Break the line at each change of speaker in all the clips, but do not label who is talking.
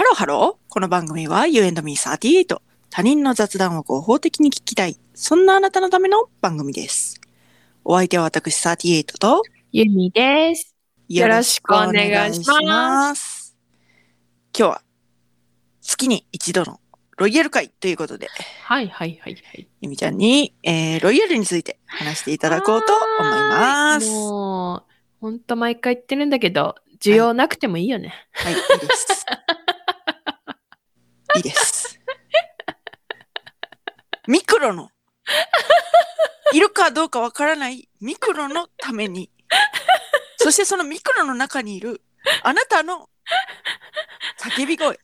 ローハロー。この番組は You and me38。他人の雑談を合法的に聞きたい。そんなあなたのための番組です。お相手は私38と
ゆみです。よろしくお願いします
よろくお願いしす。今日は月に一度のロイヤル会ということで、
はいはいはいはい。
ゆみちゃんに、えーロイヤルについて話していただこうと思います。は
もう、ほんと毎回言ってるんだけど、需要なくてもいいよね。
い、いい です。いいです。ミクロの、いるかどうかわからないミクロのために、そしてそのミクロの中にいるあなたの叫び声、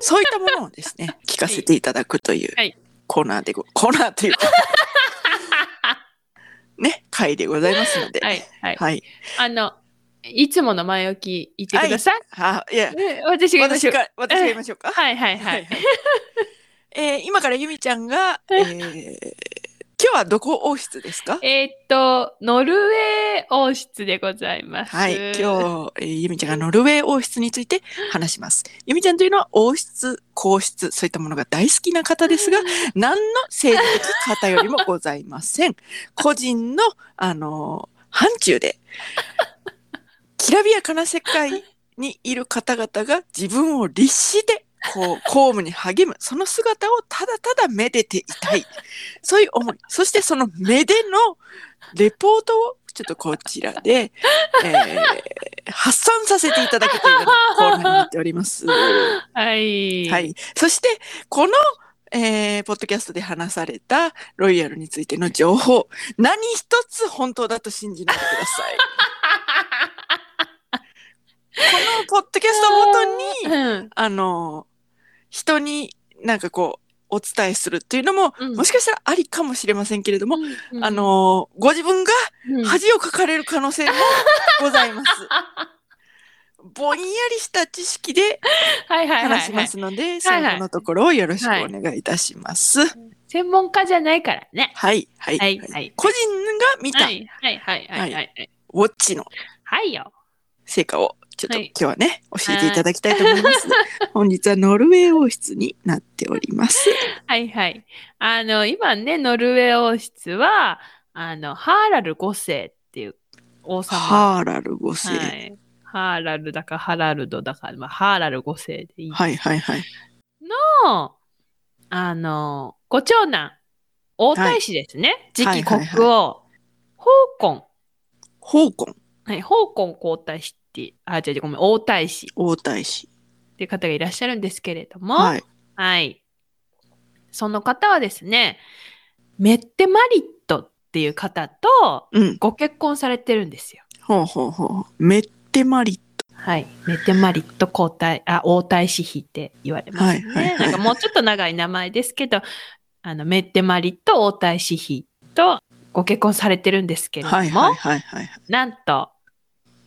そういったものをですね、聞かせていただくという
はい
コーナーでご、コーナーと いうか、ね、回でございますので、
はいはい。
はい。
あの、いつもの前置き言ってください。
あ、いや、
ね 私が言いま
私
しょう。
が、私が言いましょうか。
はいはいはい。。
えー今からゆみちゃんが、えー今日はどこ王室ですか
えーっと、ノルウェー王室でございます。
はい。今日、えーゆみちゃんがノルウェー王室について話します。ゆみちゃんというのは王室、皇室、そういったものが大好きな方ですが、何の政治的偏りもございません。個人の、あのー範疇で、きらびやかな世界にいる方々が自分を律して、こう、 公務に励む、その姿をただただめでていたい。そういう思い。そしてそのめでのレポートを、ちょっとこちらで、えー発散させていただくというようなコーナーになっております。は
はい。
い。そして、この、えーポッドキャストで話されたロイヤルについての情報、何一つ本当だと信じないでください。このポッドキャストをもとに、
うん。
あの、人になんかこう、お伝えするっていうのも、
うん
もしかしたらありかもしれませんけれども、
うん
あ、の、ご自分が
うん
恥をかかれる可能 性もございます。ぼんやりした知識で
はいはいはい
話し
は
ま
い。
すので、
はい
最後のところをよろしくお願いいたします。はい、
専門家じゃないからね。
はい、はい。
はいはい
個人が見た
は
ウ
いはいはいはいはいはい。
ォッチの
はいよ。
成果をちょっと
は
今
い
日はね、教えていただきたいと思います。本日はノルウェー王室になっております。
はいはい。あの、今ね、ノルウェー王室は、あの、ハーラル5世っていう王様。
ハーラル5世。
は
はい、
い、ハーラルだかハラルドだか、まあ、ハーラル5世でいい。
はい、はいはい。
の、あの、ご長男、王太子ですね。次期国王、
はいはい
香港。
香港
はい、香港皇太子って、あ、違う違う、ごめん、王太子っ
王太子。
ていう方がいらっしゃるんですけれども、
はい。
はい。その方はですね、メッテマリットっていう方と
うん。
ご結婚されてるんですよ。
ほうほうほう。メッテマリ
はい。メッテマリット皇太、あ、王太子妃って言われますね。
はいはいはい
なんかもうちょっと長い名前ですけど、あの、メッテマリット王太子妃とご結婚されてるんですけれども、
はいはいはいはい。
なんと、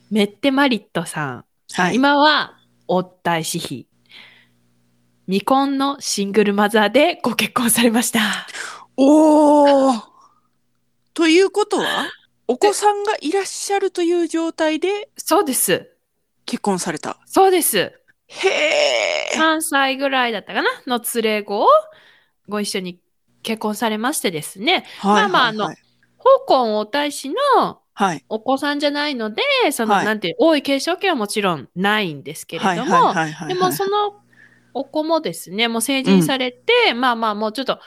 メッテマリットさん、
はい。
今は王太子妃。未婚のシングルマザーでご結婚されました。
おーということは、お子さんがいらっしゃるという状態で
そうです。
結婚された。
そうです。
へえ。
3歳ぐらいだったかなの連れ子をご一緒に結婚されましてですね、
はいはいはい、
まああの香港王太子の
はい。
お子さんじゃないので、その、
はい
なんていう、王位継承権はもちろんないんですけれ
はい
ど
はい
も、
はいはい。
でもそのお子もですね、もう成人されて、まあまあもうちょっと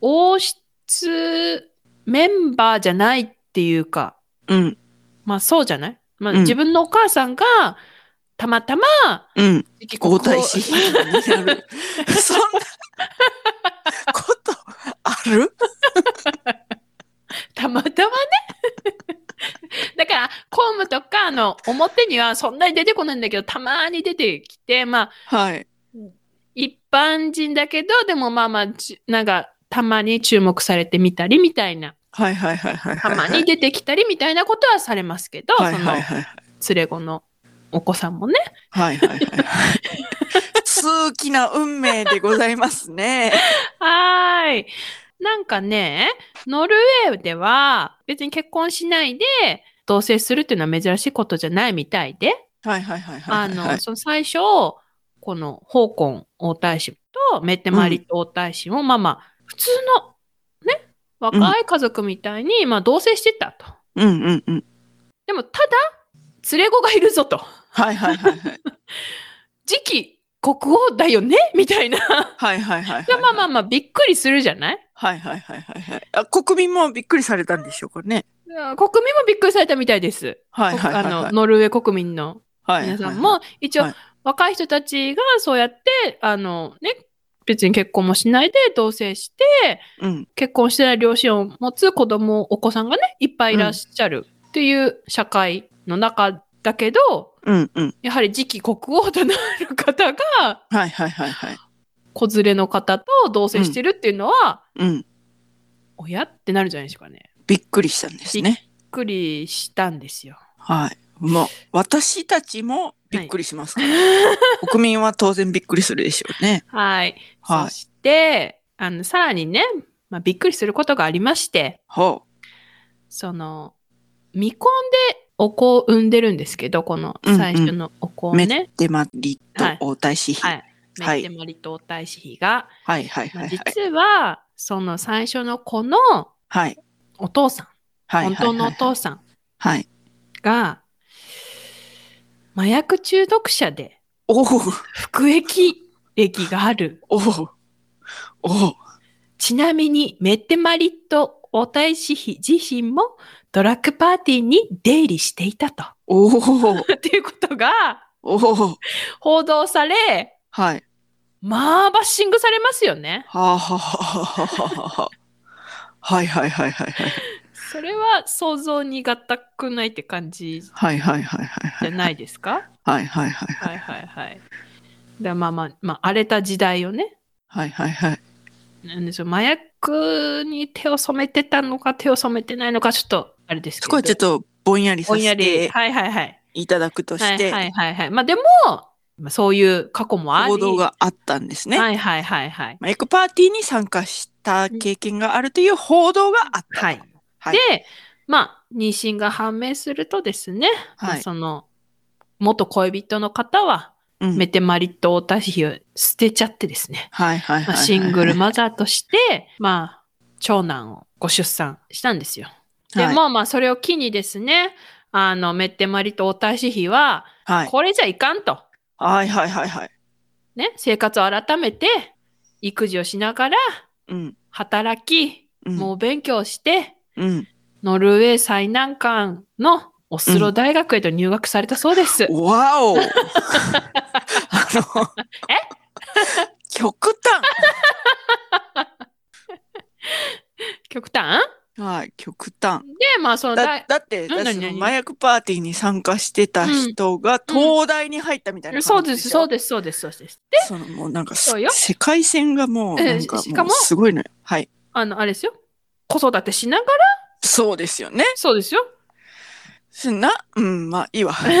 王室メンバーじゃないっていうか、
うん、
まあそうじゃない、まあ、
うん
自分のお母さんがたまたま、
うん。
次期国王
皇太子妃に なる。そんなことある
たまたまね。 だから、公務とか、あの、表にはそんなに出てこないんだけど、たまに出てきて、まあ、
はい。
一般人だけど、でもまあまあ、ちなんか、たまに注目されてみたりみたい な、
はいはいはいはいは
た
いは
ま
い。
に出てきたりみたいなことはされますけど、
はい
その
はいはい。
連れ子のお子さんもね。
はいはいはい。数奇な運命でございますね。
はーい。なんかね、ノルウェーでは別に結婚しないで同棲するっていうのは珍しいことじゃないみたいで、
はいはいはいはい
あ
はい
の、
はい。
その最初、この香港王太子とメッテマリット王太子も、まあまあ、普通の、ね、若い家族みたいに、まあ同棲してたと。
うんうんうん。
でも、ただ、連れ子がいるぞと。
はいはいはいはい。
次期国王だよねみたいな。
はいはいはいはい。
まあまあまあ、びっくりするじゃない
はいはいはいはいはい。あ、国民もびっくりされたんでしょうかね。
いや国民もびっくりされたみたいです。
はいはいはいはい。
あの、ノルウェー国民の
はいはいはい
皆さんも、一応
はい、
若い人たちがそうやって、あの、ね、別に結婚もしないで同棲して、
うん。
結婚してない両親を持つ子供、お子さんがね、いっぱいいらっしゃるっていう社会の中だけど、
うんうん。
やはり次期国王となる方が、
はいはいはいはい。
子連れの方と同棲してるっていうのは、
うん。
親ってなるんじゃないですかね。
びっくりしたんですね。
びっくりしたんですよ。
はい。もう、私たちもびっくりしますから、 国民は当然びっくりするでしょうね。
はい。
はい
そして、あの、さらにね、まあ、びっくりすることがありまして、
ほ
その、未婚でお子を産んでるんですけど、この
うんうん
最初のお子を
う。
ね、
メッテマリット王太子妃。
は
はいい
メッテマリと大使妃が、
はいはい
ま
は
あ
い。
実は、その最初の子の
はい。
お父さん、
はい。
本当の
はいはいは
お
い
父さん
はい。
が、麻薬中毒者で
おお
服役歴がある。
おおお
ちなみに、メッテマリット王太子妃自身もドラッグパーティーに出入りしてい たと。
おお
っていうことが
おお
報道され、
はい。
まあバッシングされますよね。
はあはあはあはあはあ。はいはいはいはいはい。
それは想像に難くないって感じじ
はいはいはいはい。
ゃないですか
はいはいはいはい。
はいはいはい。だまあまあ、まあ荒れた時代をね、
はいはいはい。
なんでしょう、麻薬に手を染めてたのか手を染めてないのかちょっとあれですけ
そ
ど。
こはちょっとぼんやりさ
ぼんや
せ
り。
て
はいはいはい。
いただくとして、
はいはいはいはい。まあでも、まあ、そういう過去もあり。
行動があったんですね。
はいはいはいはい。
マイクパーティーに参加した経験があるという報道があった。
はい。
はい。
で、まあ、妊娠が判明するとですね、まあ
はい。
その、元恋人の方は、
うん
メテマリット王太子妃を捨てちゃってですね、
はいはい
ま
は
あ
い。
シングルマザーとして、まあ、長男をご出産したんですよ。で
はい
も、まあ、それを機にですね、あの、メッテマリット王太子妃は、
はい。
これじゃいかんと、
はいはいはいはい。
ね、生活を改めて、育児をしながら、
うん。
働き、
うん
もう勉強して、
うん。
ノルウェー最難関のオスロ大学へと入学されたそうです。
わ おあの、極
極端
端はい、極端。
で、まあその
だ
大、
だって、
何
だってその
何
麻薬パーティーに参加してた人が東大に入ったみたいな
そう
感じ
で、
ですし
そ
ょ、
うです、そうです、そうです。で、
でそのもうなんかす
そうよ
世界線がもう
え
なんか
ししか
もう
も
すごいのよ。はい。
あの、あれですよ。子育てしながら、
そうですよね。
そうですよ。
すな、うん、まあいいわ。
まあそ
う
れ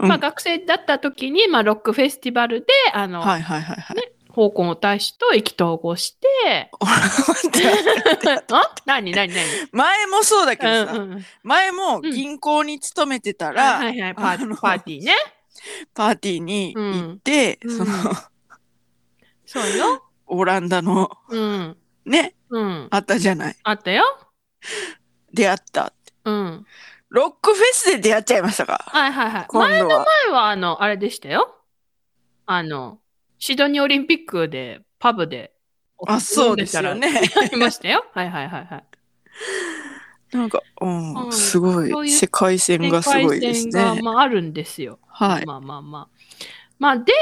で、
ん
まあ学生だった時に、まあロックフェスティバルで、あの、
はいはいはいはい。
香港を大使と意気投合して、
待って
あ何何何
前もそうだけどさ、
うんうん。
前も
うん
銀行に勤めてたら、
はいはいはい、パー
あの
パーティーね。
パーティーに行って、
うん
その、
うんそうよ。
オランダの
うん。
ね、
うん。
あったじゃない。
あったよ。
出会った。
うん。
ロックフェスで出会っちゃいましたか
はいはいはい。
今度は。
前はあの、あれでしたよ。あの、シドニーオリンピックで、パブで、
あ、そうですよね。
飲んでたら。いましたよ。はいはいはい はい。
なんか、うん、
うん
すごい
そういう
世界線がすごいです
展開
ね
線。が、まあ、あるんですよ。
はい。
まあまあまあ。まあで、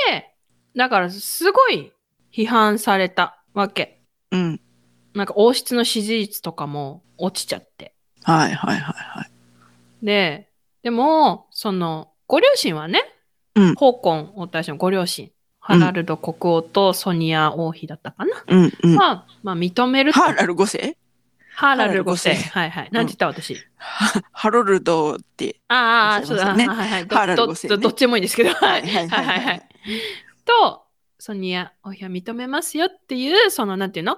だからすごい批判されたわけ。
うん。
なんか王室の支持率とかも落ちちゃって。
はいはいはいはい。
で、でも、その、ご両親はね、
うん
香港王太子のご両親、ハラルド国王とソニア王妃だったかな。
うんうん。
まあ、まあ、認めると。
ハーラル5世
ハーラル
ハーラル
5
五世
世。はいはい。なんて言った私。
はハロルドって。
ああ、
そ
そう
う
だ。
だ
はい
ね
はい。
ハーラル
ど
五世
ど
ね
どっちでもいいんですけど。は
はいい
は
はいい
は
はいい
は
はい
い。と、ソニア王妃は認めますよっていう、その、なんていうの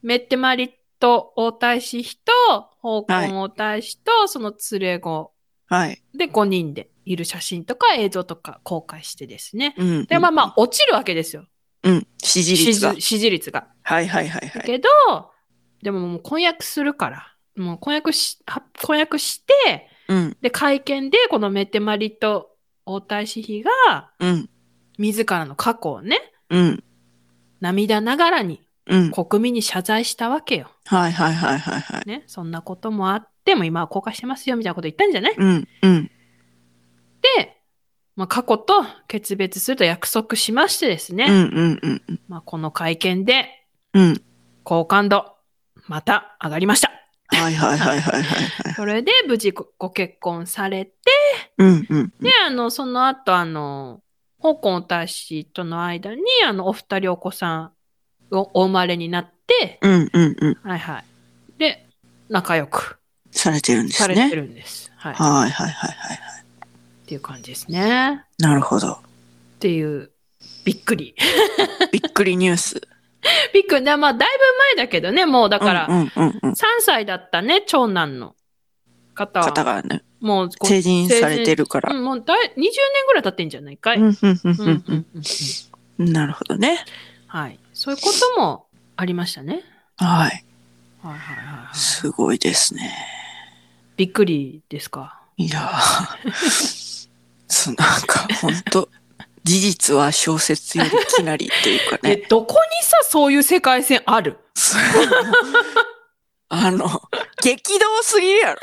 メッテマリット王太子妃と、香
はい
港王太子と、その連れ子
はい。
で、5人でいる写真とか映像とか公開してですね。
うん。
で、まあまあ、落ちるわけですよ。
あ。うん。支持
支
率が
持。支持率が。
はいはいはいは
だ
い。
けど、でももう婚約するから。もう婚約し、は婚約して、
うん。
で、会見でこのメテマリと王太子妃が、
うん。
自らの過去をね、
うん。
涙ながらに
うん。
国民に謝罪したわけよ。
はいはいはいはいはい。
ね、そんなこともあっても今は公開してますよみたいなこと言ったんじゃない
うん。うん。
で、まあ、過去と決別すると約束しましてですね、
うんうんうんうん。
まあ、この会見で
うん。
好感度また上がりました。
はいはいはいはいはいはい。
それで無事ごご結婚されて、
うんうんうん
で、あの、その後、あの、香港大使との間に、あの、お二人お子さんをお生まれになって、
うんうんうん。
はいはい。で、仲良く
されてるんで
さ
す
れて
ね。
るんです。はい。っ
はいはいはいはい。
ていう感じですね。
なるほど。
っていう、びっくり。
びっくりニュース。
びっくり。でまあ、だいぶ前だけどね、もうだから、
うんうんうん。
3歳だったね、長男の方は。
方がね、
もうこう、
成人されてるか
う
ら。
んもうだい20年ぐらい経ってんじゃないかい。
うんうんうん
う
うん
うん
ん
う
うん
んうん
うん。なるほどね。
はい。そういうこともありましたね。
はい。
はいはいはいはい。
すごいですね。
びっくりですか。
いやーそうなんか本当事実は小説よりきなりっていうか ね。
え、どこにさ、そういう世界線ある
そう あの、激動すぎるやろ。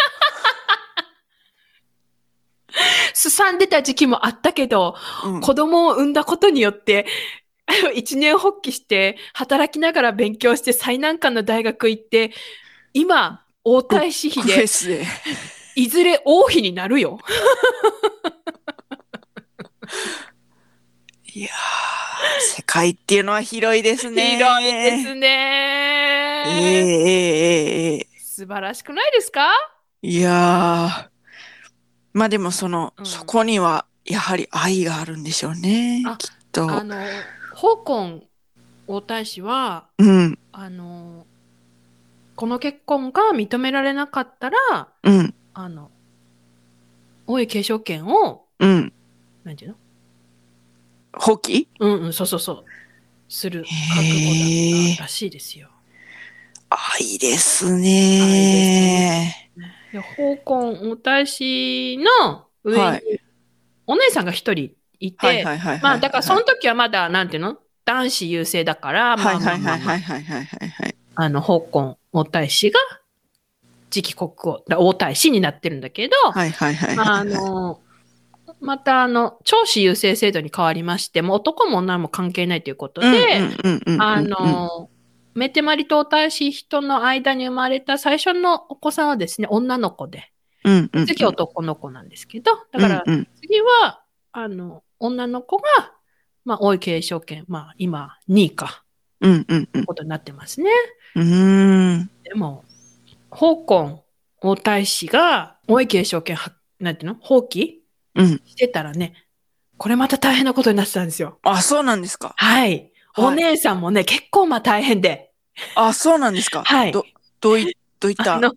すさんでた時期もあったけど、
うん
子供を産んだことによって、 一年発起して、働きながら勉強して、最難関の大学行って、今、王太子妃
フェ
で、
スで。
いずれ王妃にな るよ。
いやー世界っていうのは広いですね。
広いです
え
ね、
えええええ
素晴らしくないですか
いやーまあでもその、
うん
そこにはやはり愛があるんでしょうね
あ。
きっ
あ
と。
の、香港王太子は、
うん、
あの、この結婚が認められなかったら、
うん、
あの、王位継承権を、
うん。
なんていうの
放棄
うんうん、そうそうそう。する覚
へ
悟だっ
え
たらしいですよ。
愛ですね。
で香港王太子の上に、
はい
お姉さんが一人いて、
はいはいはいはい。
まあだからその
はい
時はまだ、なんていうの男子優勢だから、ま
は
あ
い
ま
は
あ
い
ま
は
あ
い
ま
は
あ
いはいはいはい。
あの、香港王太子が次期国王、だ王太子になってるんだけど、
はいはいはいはい
まあ、
は
あ
い。
の、またあの、長子優勢制度に変わりまして、もう男も女も関係ないということで、
うんうんうんうんうん
あ、の、メテマリと太子人の間に生まれた最初のお子さんはですね、女の子で、
うんうんうん
次男の子なんですけど、だから
うんうん
次は、あの、女の子が、まあ、多い継承権、まあ、今、2位か、
うんうんうん
ことになってますね。
うーん。
でも、香港王太子が、多い継承権は、なんていうの放棄
うん。
してたらね、これまた大変なことになってたんですよ。
あ、そうなんですか。
はい。
はい
お姉さんもね、結構まあ大変で。
あ、そうなんですか。
はい
ど、どうい、どういった。
あの、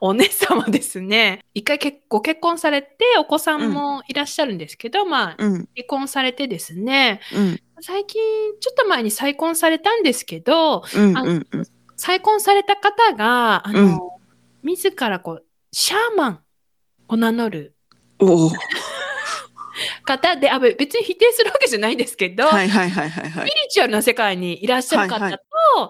お姉さんはですね、一回結ご結婚されて、お子さんもいらっしゃるんですけど、まあ、
うん、
離婚されてですね、
うん、
最近、ちょっと前に再婚されたんですけど、
うん、
あ
うん、うん。
再婚された方が、あの、自らこう、シャーマンを名乗る
おお。
方で、あ、べ別に否定するわけじゃないんですけど、
はいはいはいはいは
ス
い。
ピリチュアルな世界にいらっしゃる方と、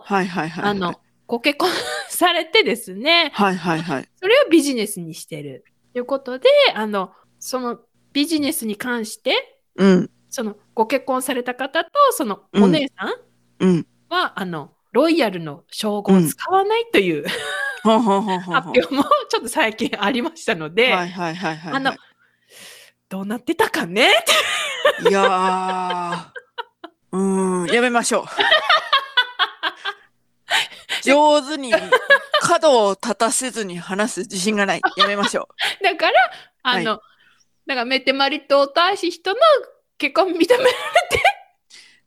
はいはいはいはいはい。
あの、、ご結婚されてですね、
はいはいはい。
それをビジネスにしてる。ということで、あの、そのビジネスに関して、
うん、
そのご結婚された方と、その
うん
お姉さん
うん。
は、あの、ロイヤルの称号を使わないという、
ほうほうほうほうほう。
発表もちょっと最近ありましたので、
はいはいはいはい。
あの、どうなってたかね
いやー、うーん、やめま しょう。上手に角を立たせずに話す自信がない。やめましょ
だから、あの、だからメテマリと大使人の結婚認め、
う。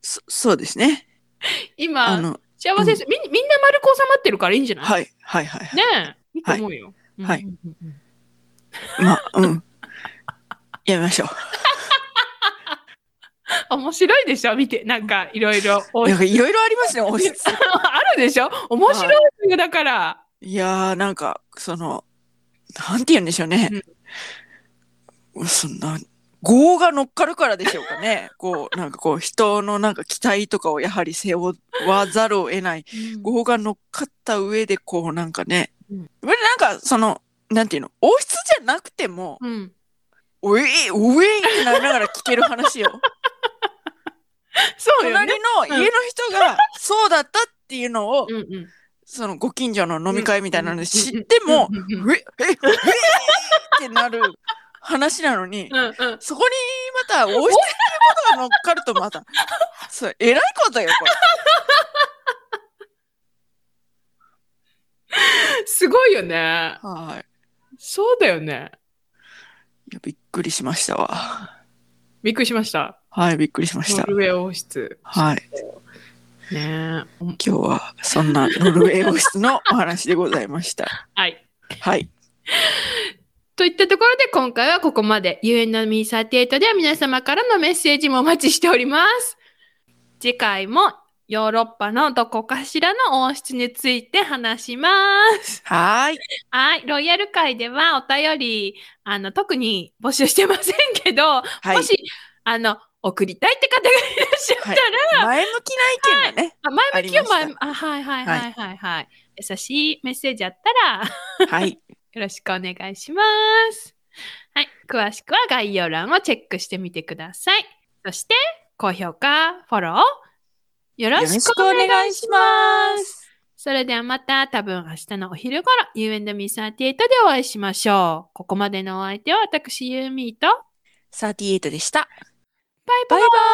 そそうですね。あ
今、
の、
幸せです、みん。みんな丸く収まってるからいいんじゃない
はいはいはいはい。
ねえ、いいと思うよ。
はい
うんうんうん
まあ、うん。やめましょ
面白いでしょ見て、なんかいろいろ。
う。
王
なんか
室
いろいろありますね、王室。
あるでしょ面白いのよだから。
いやー、なんか、その、なんて言うんでしょうね。そんな、業が乗っかるからでしょうかね。 こう、なんかこう、人のなんか期待とかをやはり背負わざるを得ない。業が乗っかった上で、こう、なんかね。
うん
これなんか、その、なんていうの、王室じゃなくても、
うん。
おえい、おえいってなりながら聞ける話 よ。
そうよ
隣
ね。
の家の人が、そうだったっていうのを、
うんうん
そのご近所の飲み会みたいなので知って
うん
も、
うん
え、
うん
え、え、えってなる話なのに、
うんうん。
そこにまた、王室っていうことが乗っかるとまた、それ、えらいことよ、これ。
すごいよね。
はい。
そうだよね。
いや、びっくりしましたわ。
びっくりしました。
はい、びっくりしまし
ノ
た。
ルウェー王室。
はい。
ねえ。
今日は、そんなノルウェー王室のお話でございました。
はい。
はい。
といったところで今回はここまで。ゆうのみ38では皆様からのメッセージもお待ちしております。次回もヨーロッパのどこかしらの王室について話します。
はい。
はい。ロイヤル会ではお便り、あの、特に募集してませんけど、
はい
も。し、あの、送りたいって方がいらっしゃったら、
前向きな意見がね。
あ前向きを
あ
前
り
向あ、はいはいはいはいはい。優しいメッセージあったら、
はい。
よろしくお願いします。はい。詳しくは概要欄をチェックしてみてください。そして、高評価、フォロー、よろしくお願いします。それではまた多分明日のお昼頃、You and me38 でお会いしましょう。ここまでのお相手は私、ユーミーと、
38でした。
バイ
バ
バ
イバ
イ
イ